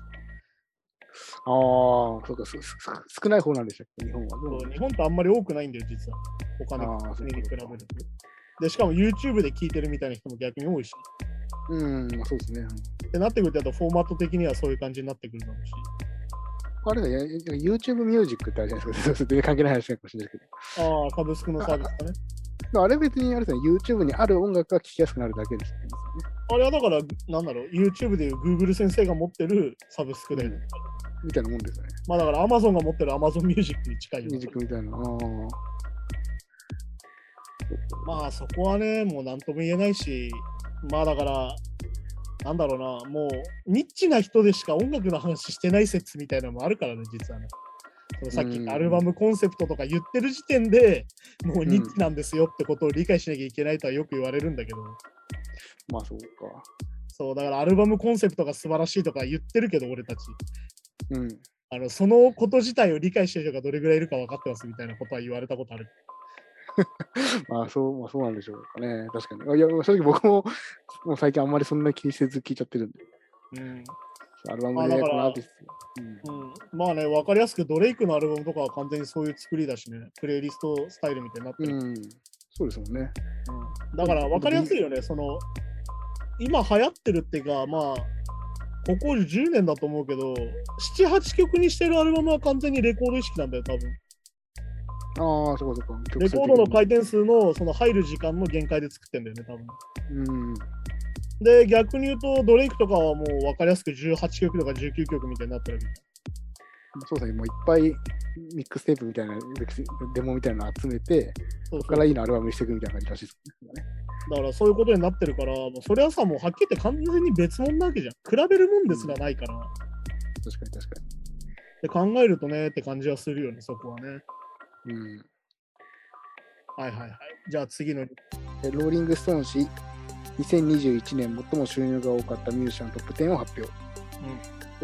ああ、そうか、すす少ない方なんでしたっけ、日本は。どうそう日本ってあんまり多くないんだよ、実は。他のあーそう国いにう比こべとるかと。で、しかも YouTube で聴いてるみたいな人も逆に多いし。うん、まあそうですね。うんってなってくると、あとフォーマット的にはそういう感じになってくるだろうし。あれだよ、や YouTube ミュージックってあるじゃないですか。全然関係ない話かもしれないですけああ、サブスクのサービスだね。ど。あれ別にあれですね、YouTube にある音楽が聴きやすくなるだけですね。あれはだから、なんだろう、YouTube でいう Google 先生が持ってるサブスクで、うんみたいなもんですよね。まあだから Amazon が持ってる Amazon ミュージックに近いよミュージックみたいな。あーまあそこはね、もう何とも言えないし、まあだから、なんだろうな、もうニッチな人でしか音楽の話してない説みたいなのもあるからね、実はね。そのさっきうんアルバムコンセプトとか言ってる時点で、もうニッチなんですよってことを理解しなきゃいけないとはよく言われるんだけど、まあそうか。そうだからアルバムコンセプトが素晴らしいとか言ってるけど、俺たち。 うん。あのそのこと自体を理解してる人がどれぐらいいるか分かってますみたいなことは言われたことある。まあそう、まあそうなんでしょうかね。確かに。いや、正直僕も、もう最近あんまりそんな気にせず聴いちゃってるんで。うんアルバムあだでからこのアーティスト。うんうん、まあね、分かりやすくドレイクのアルバムとかは完全にそういう作りだしね、プレイリストスタイルみたいになってる。うん、そうですもんね。だから分かりやすいよね、その、今流行ってるっていうか、まあ、ここ10年だと思うけど、7、8曲にしてるアルバムは完全にレコード意識なんだよ、多分。ああ、そうかそうか。レコードの回い転数のその入る時間の限界で作ってんだよね、多分。うん。で、逆に言うと、ドレイクとかはもう分かりやすく18曲とか19曲みたいになってるわけじそうですね、もういっぱいミックステープみたいな、ミックスデモみたいなの集めて、ゃん。そうそそこうからいいのアルバムにしていくみたいな感じらしいですね。だからそういうことになってるから、もうそれはさ、もうはっきり言って完全に別物なわけじゃん。比べるもんですらないから。確かに確かで考えるとねって感じはするよね、そこはね。に。うん。はいはいはい。じゃあ次の。でローリング・ストーン氏、2021年最も収入が多かったミュージシャントップ10を発表。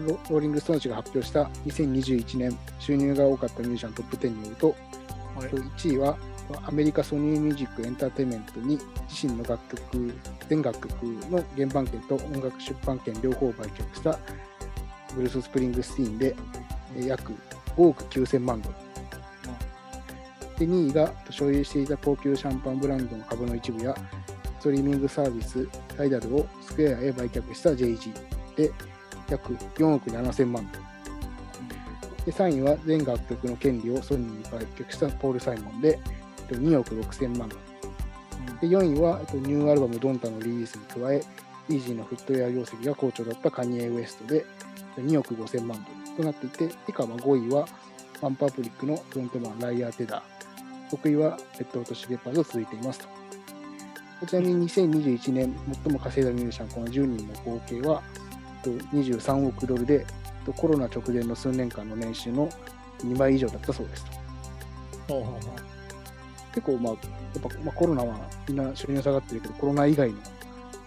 ロローリング・ストーン氏が発表した2021年収入が多かったミュージシャントップ10によると、はい1位はアメリカソニーミュージックエンターテインメントに自身の楽曲、全楽曲の原版権と音楽出版権両方を売却したブルース・スプリングスティーンでえー約5億9000万ドル。で2位が所有していた高級シャンパンブランドの株の一部やストリーミングサービスタイダルをスクエアへ売却した JG で約4億7000万ドル。で3位は全楽曲の権利をソニーに売却したポール・サイモンでえっと2億6000万ドル。で4位はえっとニューアルバム「ドンタ」のリリースに加え、イージーなフットウェア業績が好調だったカニエ・ウエストで2億5000万ドルとなっていて、以下は5位はワンパブリックのフロントマン、ライアー・テダー、6位はレッド・ホット・シゲパーズと続いていますと。ちなみに2021年最も稼いだミュージシャン、この10人の合計はえっと23億ドルで、えっとコロナ直前の数年間の年収の2倍以上だったそうですと。ほうほうほ結構、まあ、やっぱ、まあ、コロナはみんな収入下がってるけど、コロナ以外の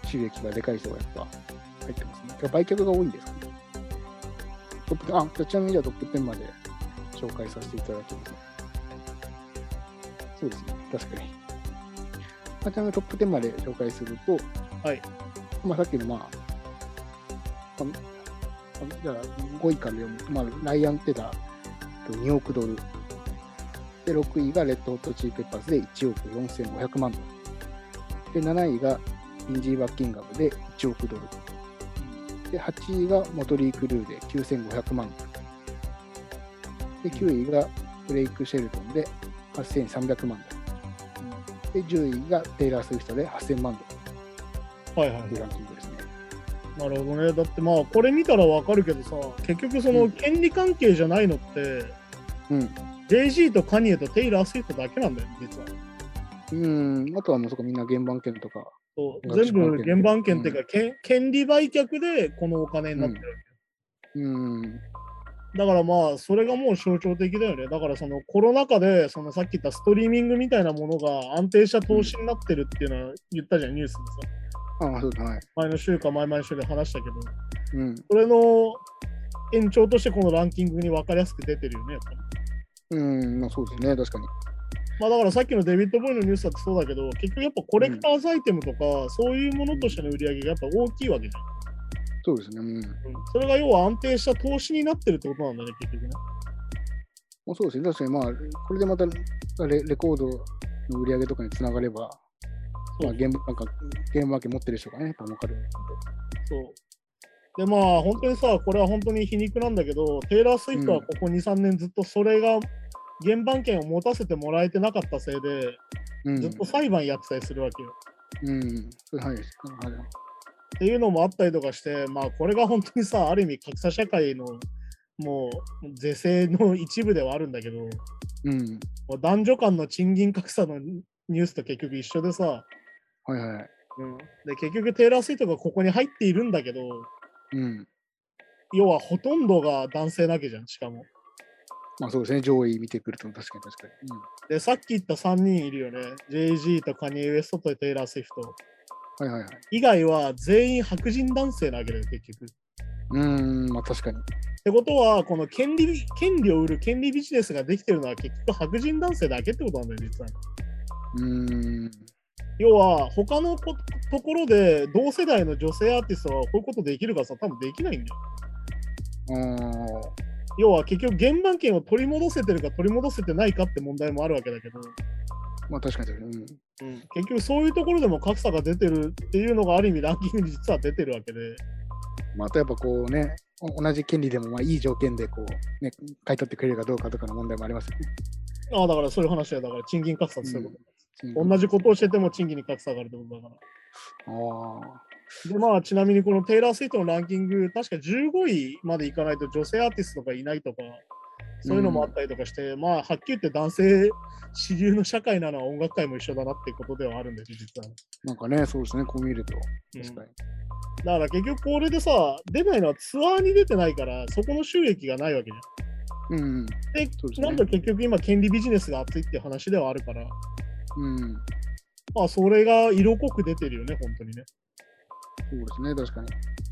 収益がでかい人がやっぱ入ってますね。てか売却が多いんですかね。トップ10あ、じゃあちなみにじゃあトップ10まで紹介させていただきますね。そうですね、確かに。まあ、ちなみにトップ10まで紹介すると、はい。まあ、さっきの、まあ、まああじゃあ5位から読むと、まあ、ライアン・テダー、2億ドル。で、6位がレッドホットチーペッパーズで1億4500万ドル。で、7位がインジー・バッキンガムで1億ドル。で、8位がモトリー・クルーで9500万ドル。で、9位がブレイク・シェルトンで8300万ドル。で、10位がテイラー・スウィフトで8000万ドルうはいはいはっていういラン。キングですね。なるほどね。だってまあ、これ見たらわかるけどさ、結局その権利関係じゃないのって、うん。 JG とカニエとテイラー・スウィフトだけなんだよ、実は。うん、あとはもうそこみんな原版権とか。そう同じ全版権部原版権っていうか、けん権利売却でこのお金になってる。うん、だからまあ、それがもう象徴的だよね。だからそのコロナ禍で、そのさっき言ったストリーミングみたいなものが安定した投資になってるっていうのは言ったじゃん、ニュースでさ。ああ、そうだ、はい。前の週か前々週で話したけど、うん、それの延長としてこのランキングに分かりやすく出てるよね、やっぱり。うん、まあ、そうですね、確かに。まあだからさっきのデビッド・ボーイのニュースだってそうだけど、結局やっぱコレクターズアイテムとか、そういうものとしての売り上げがやっぱ大きいわけじゃそうですね、うん。まん。それが要は安定した投資になってるってことなんだね、結局ね。あ、そうですね、確かに、まあ、これでまたレレコードの売り上げとかにつながれば、そまうあ、ゲームなんか、ゲームマーケット持ってる人がね、やっぱ儲かる。そう。でまあ本当にさ、これは本当に皮肉なんだけど、テイラー・スイフトはここ2、3年ずっとそれが原版権を持たせてもらえてなかったせいで、うん、ずっと裁判やってたりするわけよ。うん、それはいです。はいっていうのもあったりとかして、まあ、これが本当にさ、ある意味格差社会のもう是正の一部ではあるんだけど、うん、もう男女間の賃金格差のニュースと結局一緒でさ、はいはい。で結局テイラー・スイートがここに入っているんだけど、うん、要はほとんどが男性なわけじゃん、しかも。まあ、そうですね、上位見てくると、確かに確かに。で、さっき言った3人いるよね。JG とカニエ・ウエストとテイラー・スイフト。うん、はいはいはい。以外は全員白人男性なわけだよ、結局。うん、まあ、確かに。ってことは、この権利権利を売る権利ビジネスができてるのは結局白人男性だけってことなんだよ、実は。うん、要は、他のことところで同世代の女性アーティストはこういうことできるかさ、多分できないんだよ。あー要は結局、原版権を取り戻せてるか取り戻せてないかって問題もあるわけだけど、まあ、確かに確かに。うん結局そういうところでも格差が出てるっていうのがある意味ランキングに実は出てるわけで、まあ、あとやっぱこうね、お同じ権利でもまあいい条件でこう、ね、買い取ってくれるかどうかとかの問題もありますよね。ああ、だからそういう話だよだから賃金格差ってそういうこと。うん同じことをしてても賃金に格差があるってことだから。ああ、でまあ、ちなみにこのテイラー・スイートのランキング、確か15位までいかないと女性アーティストがいないとか、そういうのもあったりとかして、まあ、はっきり言って男性主流の社会なのは音楽界も一緒だなってことではあるんですよ、実は。なんかね、そうですね、こう見ると。確かに。だから結局これでさ、出ないのはツアーに出てないから、そこの収益がないわけじゃん。うん。で、そうですねなんか結局今、権利ビジネスが熱いっていう話ではあるから、うん。まあ、それが色濃く出てるよね、本当にね。そうですね、確かに。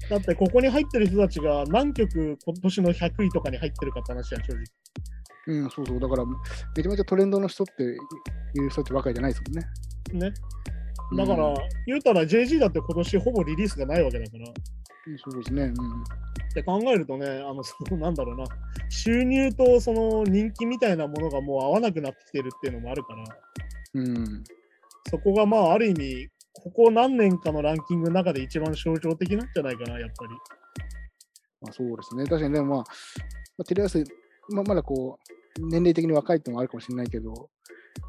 だって、ここに入ってる人たちが何曲今年の100位とかに入ってるかって話やん、正直。うん、そうそう。だから、めちゃめちゃトレンドの人っていう人ってばかりじゃないですもんね。ね。だから、うん言うたら JG だって今年ほぼリリースがないわけだから。そうですね。うん。って考えるとね、あの、そのなんだろうな、収入とその人気みたいなものがもう合わなくなってきてるっていうのもあるから、うん。そこがまあ、ある意味、ここ何年かのランキングの中で一番象徴的なんじゃないかな、やっぱり。まあ、そうですね。確かに、でもまあ、まあ、テレ朝、まあ、まだこう、年齢的に若いってのもあるかもしれないけど、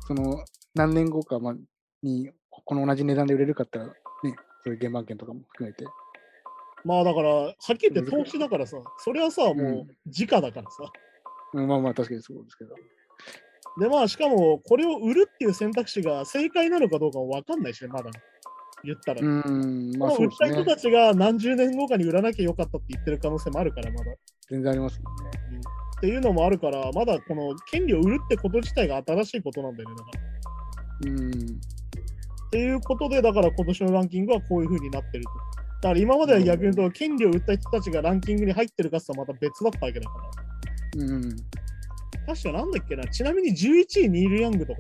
その、何年後か、まあ、に、この同じ値段で売れるかって言ったら、ね、そういう現場券とかも含めて。まあだから、はっきり言って投資だからさ、それはさ、もう直だからさ。うん、まあまあ、確かにそうですけど。で、まあしかも、これを売るっていう選択肢が正解なのかどうかもわかんないしね、まだ。言ったら。うん、ままあ、あそ売うっですた人ね。たちが何十年後かに売らなきゃよかったって言ってる可能性もあるから、まだ。っ全然ありますもんね。ていうのもあるから、まだこの権利を売るってこと自体が新しいことなんだよね。だからうん。っていうことで、だから今年のランキングはこういう風になってると。だから今までは逆に言うと、権利を売った人たちがランキングに入ってるかさ、また別だったわけだから。うん。確かなんだっけな、ちなみに11位ニール・ヤングとか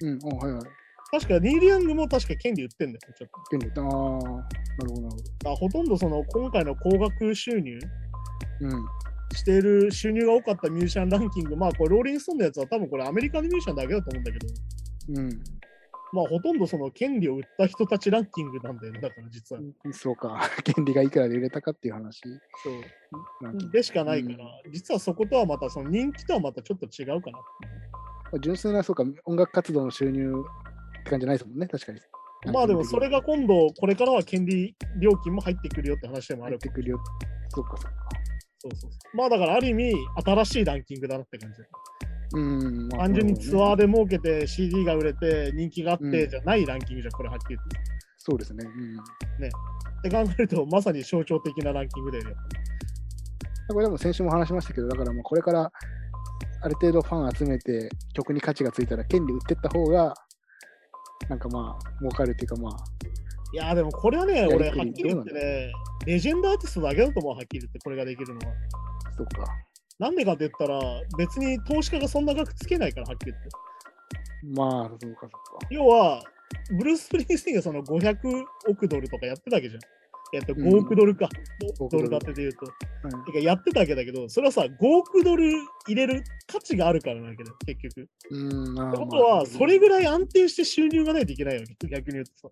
で、うん。あ、はいはい。確かニール・ヤングも確か権利売ってんだよね、ちょっと。権利。ああ、なるほど、なるほど。だからほとんどその今回の高額収入うん。している収入が多かったミュージシャンランキング、まあこれローリングストーンのやつは多分これアメリカのミュージシャンだけだと思うんだけど、うん。まあほとんどその権利を売った人たちランキングなんだよね、だから実は。そうか、 権利がいくらで売れたかっていう話そうなんてでしかないから、実はそことはまたその人気とはまたちょっと違うかな。純粋な、そうか、音楽活動の収入って感じじゃないですもんね、確かに。まあでもそれが今度これからは権利料金も入ってくるよって話でもあ入っるてくるよ。そうか、そうか。そうそうそうまあだからある意味新しいランキングだなって感じ。うん。まあ単純にツアー。なるほどでね儲けて CD が売れて人気があっうてんじゃないランキングじゃんこれはっきり言って。そうですね。うん。なんかって考えると、まさに象徴的なランキングで、ね、これでも先週も話しましたけど、だからもうこれから、ある程度ファン集めて、曲に価値がついたら、権利売ってった方が、なんかまあ、儲かるっていうか、まあ、いやーでもこれはね、俺、やりくりはっきり言ってね、レジェンドアーティストだけだと思う、はっきり言って、これができるのは。そうか。なんでかって言ったら、別に投資家がそんな額つけないから、はっきり言って。まあ、そうか、そうか。要は、ブルース・スプリンスティンがその500億ドルとかやってたわけじゃん。えっと、うん5億ドルか。5億億ドドルルだだって言うと。うんてか、やってたわけだけど、それはさ、5億ドル入れる価値があるからなわけだよ、結局。ってうん、まあことは、それらい。ぐらい安定して収入がないといけないよね、逆に言うとさ。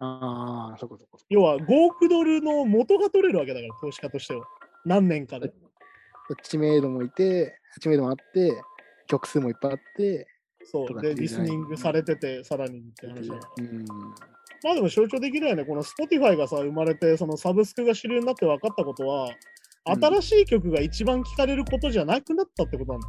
ああ、そこそこ。要は5億ドルの元が取れるわけだから、投資家としては。何年かで。知名度もいて、知名度もあって、曲数もいっぱいあって、そとかう。っていで、うリスニングされてて、さらにって話だからうん、まあでも象徴的だよね。この Spotify がさ、生まれて、そのサブスクが主流になって分かったことは、うん新しい曲が一番聴かれることじゃなくなったってことなんだ。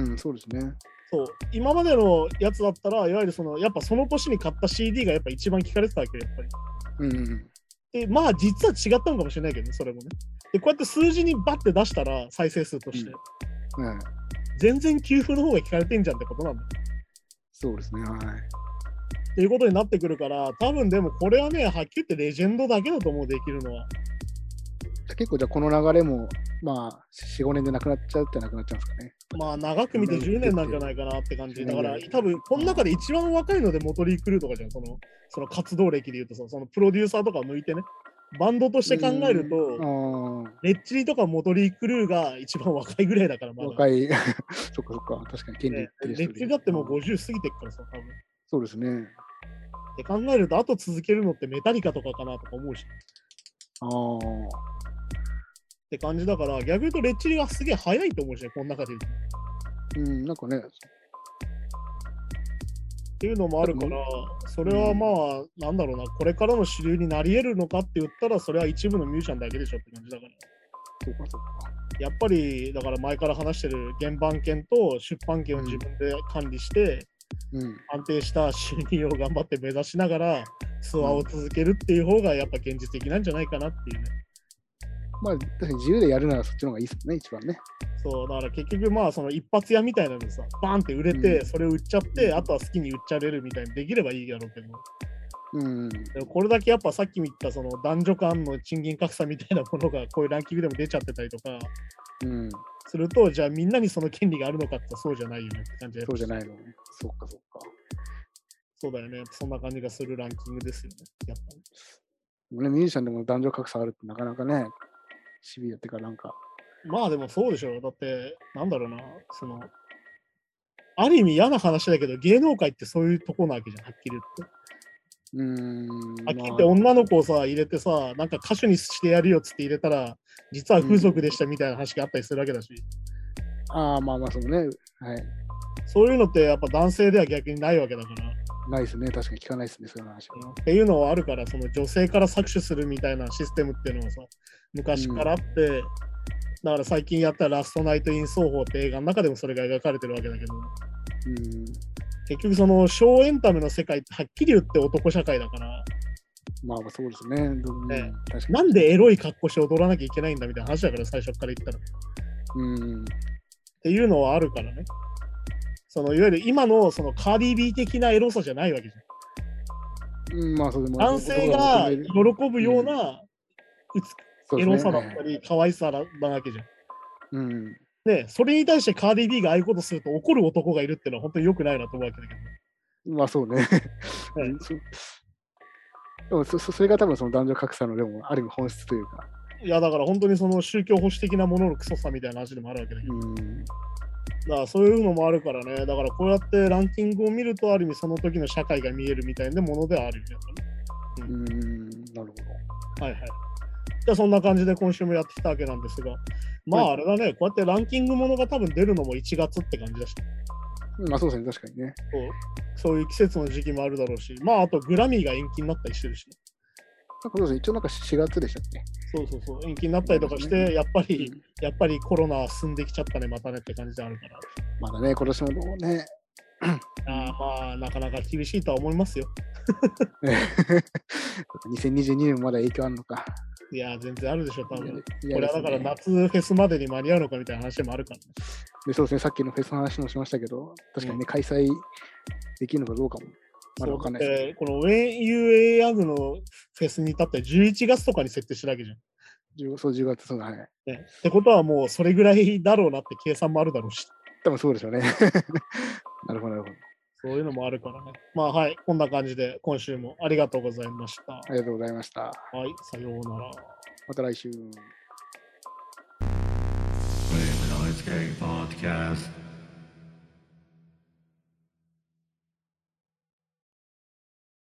うん、そうですね。そう。今までのやつだったら、いわゆるその、やっぱその年に買った CD がやっぱ一番聴かれてたわけよ、やっぱり。うん、で、まあ実は違ったのかもしれないけどね、それもね。で、こうやって数字にバッて出したら、再生数として。うんはい、全然給付の方が聞かれてんじゃんってことなんだよ。そうですね。はい。っていうことになってくるから、多分でもこれはね、はっきり言ってレジェンドだけだと思う、できるのは。結構じゃあこの流れも、まあ、4、5年でなくなっちゃうってなくなっちゃうんですかね。まあ長く見て10年なんじゃないかなって感じ。だからうん多分この中で一番若いので元リークルーとかじゃん、そのその活動歴で言うとさ、そのプロデューサーとか抜いてね、バンドとして考えると、と、あレッチリとか元リークルーが一番若いぐらいだから、あ、まだ。若い、そっかそっか、確かに権利ねってレいうッ人チリだってもう50過ぎてっからさ、多分。そうですね。って考えると、あと続けるのってメタリカとかかなとか思うし。ああ、って感じだから、逆に言うとレッチリがすげえ早いと思うしね、この中で言うと。っうん、なんかね、ていうのもあるからうん、それはまあ、なんだろうな、これからの主流になり得るのかって言ったら、それは一部のミュージシャンだけでしょって感じだから。そうかそうか。やっぱり、だから前から話してる原版権と出版権を自分で管理して、うん。安定した収入を頑張って目指しながら、ツアーを続けるっていう方が、やっぱ現実的なんじゃないかなっていうね。まあ、確かに自由でやるならそっちの方がいいですもんね、一番ね。そうだから結局まあその一発屋みたいなのでさバーンって売れて、うんそれを売っちゃって、うんあとは好きに売っちゃれるみたいにできればいいやろうけどうん。でもこれだけやっぱさっきも言ったその男女間の賃金格差みたいなものがこういうランキングでも出ちゃってたりとかうん。するとじゃあみんなにその権利があるのかってそうじゃないよねって感じでそうじゃないの。そっかそっか。そうだよねそんな感じがするランキングですよねやっぱり俺、ミュージシャンでも男女格差あるってなかなかね、シビアっていうか、なんか、まあでもそうでしょうだってなんだろうなそのある意味嫌な話だけど芸能界ってそういうとこなわけじゃんはっきり言って。うーん。はっきり言って女の子をさ入れてさなんか歌手にしてやるよっつって入れたら実は風俗でしたみたいな話があったりするわけだし、ああ、まあまあ、そのね、はい。そういうのってやっぱ男性では逆にないわけだから、ないですね。確かに聞かないですね、そういう話は。っていうのはあるからその女性から搾取するみたいなシステムっていうのはさ昔からあって、だから最近やった「ラストナイト・イン・奏法」って映画の中でもそれが描かれてるわけだけどうん。結局その小エンタメの世界ってはっきり言って男社会だからまあまあ、そうですね。どうねん確かなんでエロい格好して踊らなきゃいけないんだみたいな話だから最初から言ったら。に。うん。っていうのはあるからね。そのいわゆる今のそのカーディビー的なエロさじゃないわけじうん、まあ、そうでもゃん。男性が喜ぶようなエロさだった。り可愛さなわけじゃん。そうですねうん。で、それに対してカーディビーがああいうことすると怒る男がいるっていうのは本当に良くないなと思うわけだけまあそ うね。うん そでもそそそれが多分その男女格差のでもある意味本質というか、ど。いやだから本当にその宗教保守的なもののクソさみたいな話でもあるわけだけど。うだん、からそういうのもあるからね。だからこうやってランキングを見るとある意味その時の社会が見えるみたいなものではあるよね。やっぱねうん、なるほど。はいはい。じゃあそんな感じで今週もやってきたわけなんですが、まあはあれだね、こうやってランキングものが多分出るのも1月って感じだし、こまあそうですね、確かにね。うそういう季節の時期もあるだろうし、まああとグラミーが延期になったりしてるし、なんかそうですね、一応なんか4月でしたっけ、そうそうそう、延期になったりとかしそうですて、やっぱり、うんやっぱりコロナ進んできちゃったね、またねって感じであるから。まだね、今年もどうね、あーまあなかなか厳しいとは思いますよ。 2022年もまだ影響あるのか。いやー、全然あるでしょ、多いや分。いやこれはだから夏フェスまでに間に合うのかみたいな話もあるからね。でそうですね、さっきのフェスの話もしましたけど、確かにね、開催できるのかどうかも、まだわかんないです、そうだってこの WhenUAYOUNG のフェスに至って11月とかに設定してるわけじゃん。 10そう、10月、そうだね。ねってことはもうそれぐらいだろうなって計算もあるだろうし、多分そうでしょうね。 なるほど、なるほど。そういうのもあるからね。まあはい、こんな感じで今週もありがとうございました。ありがとうございました。はい、さようなら。また来週。 Wave Noise Gang Podcast.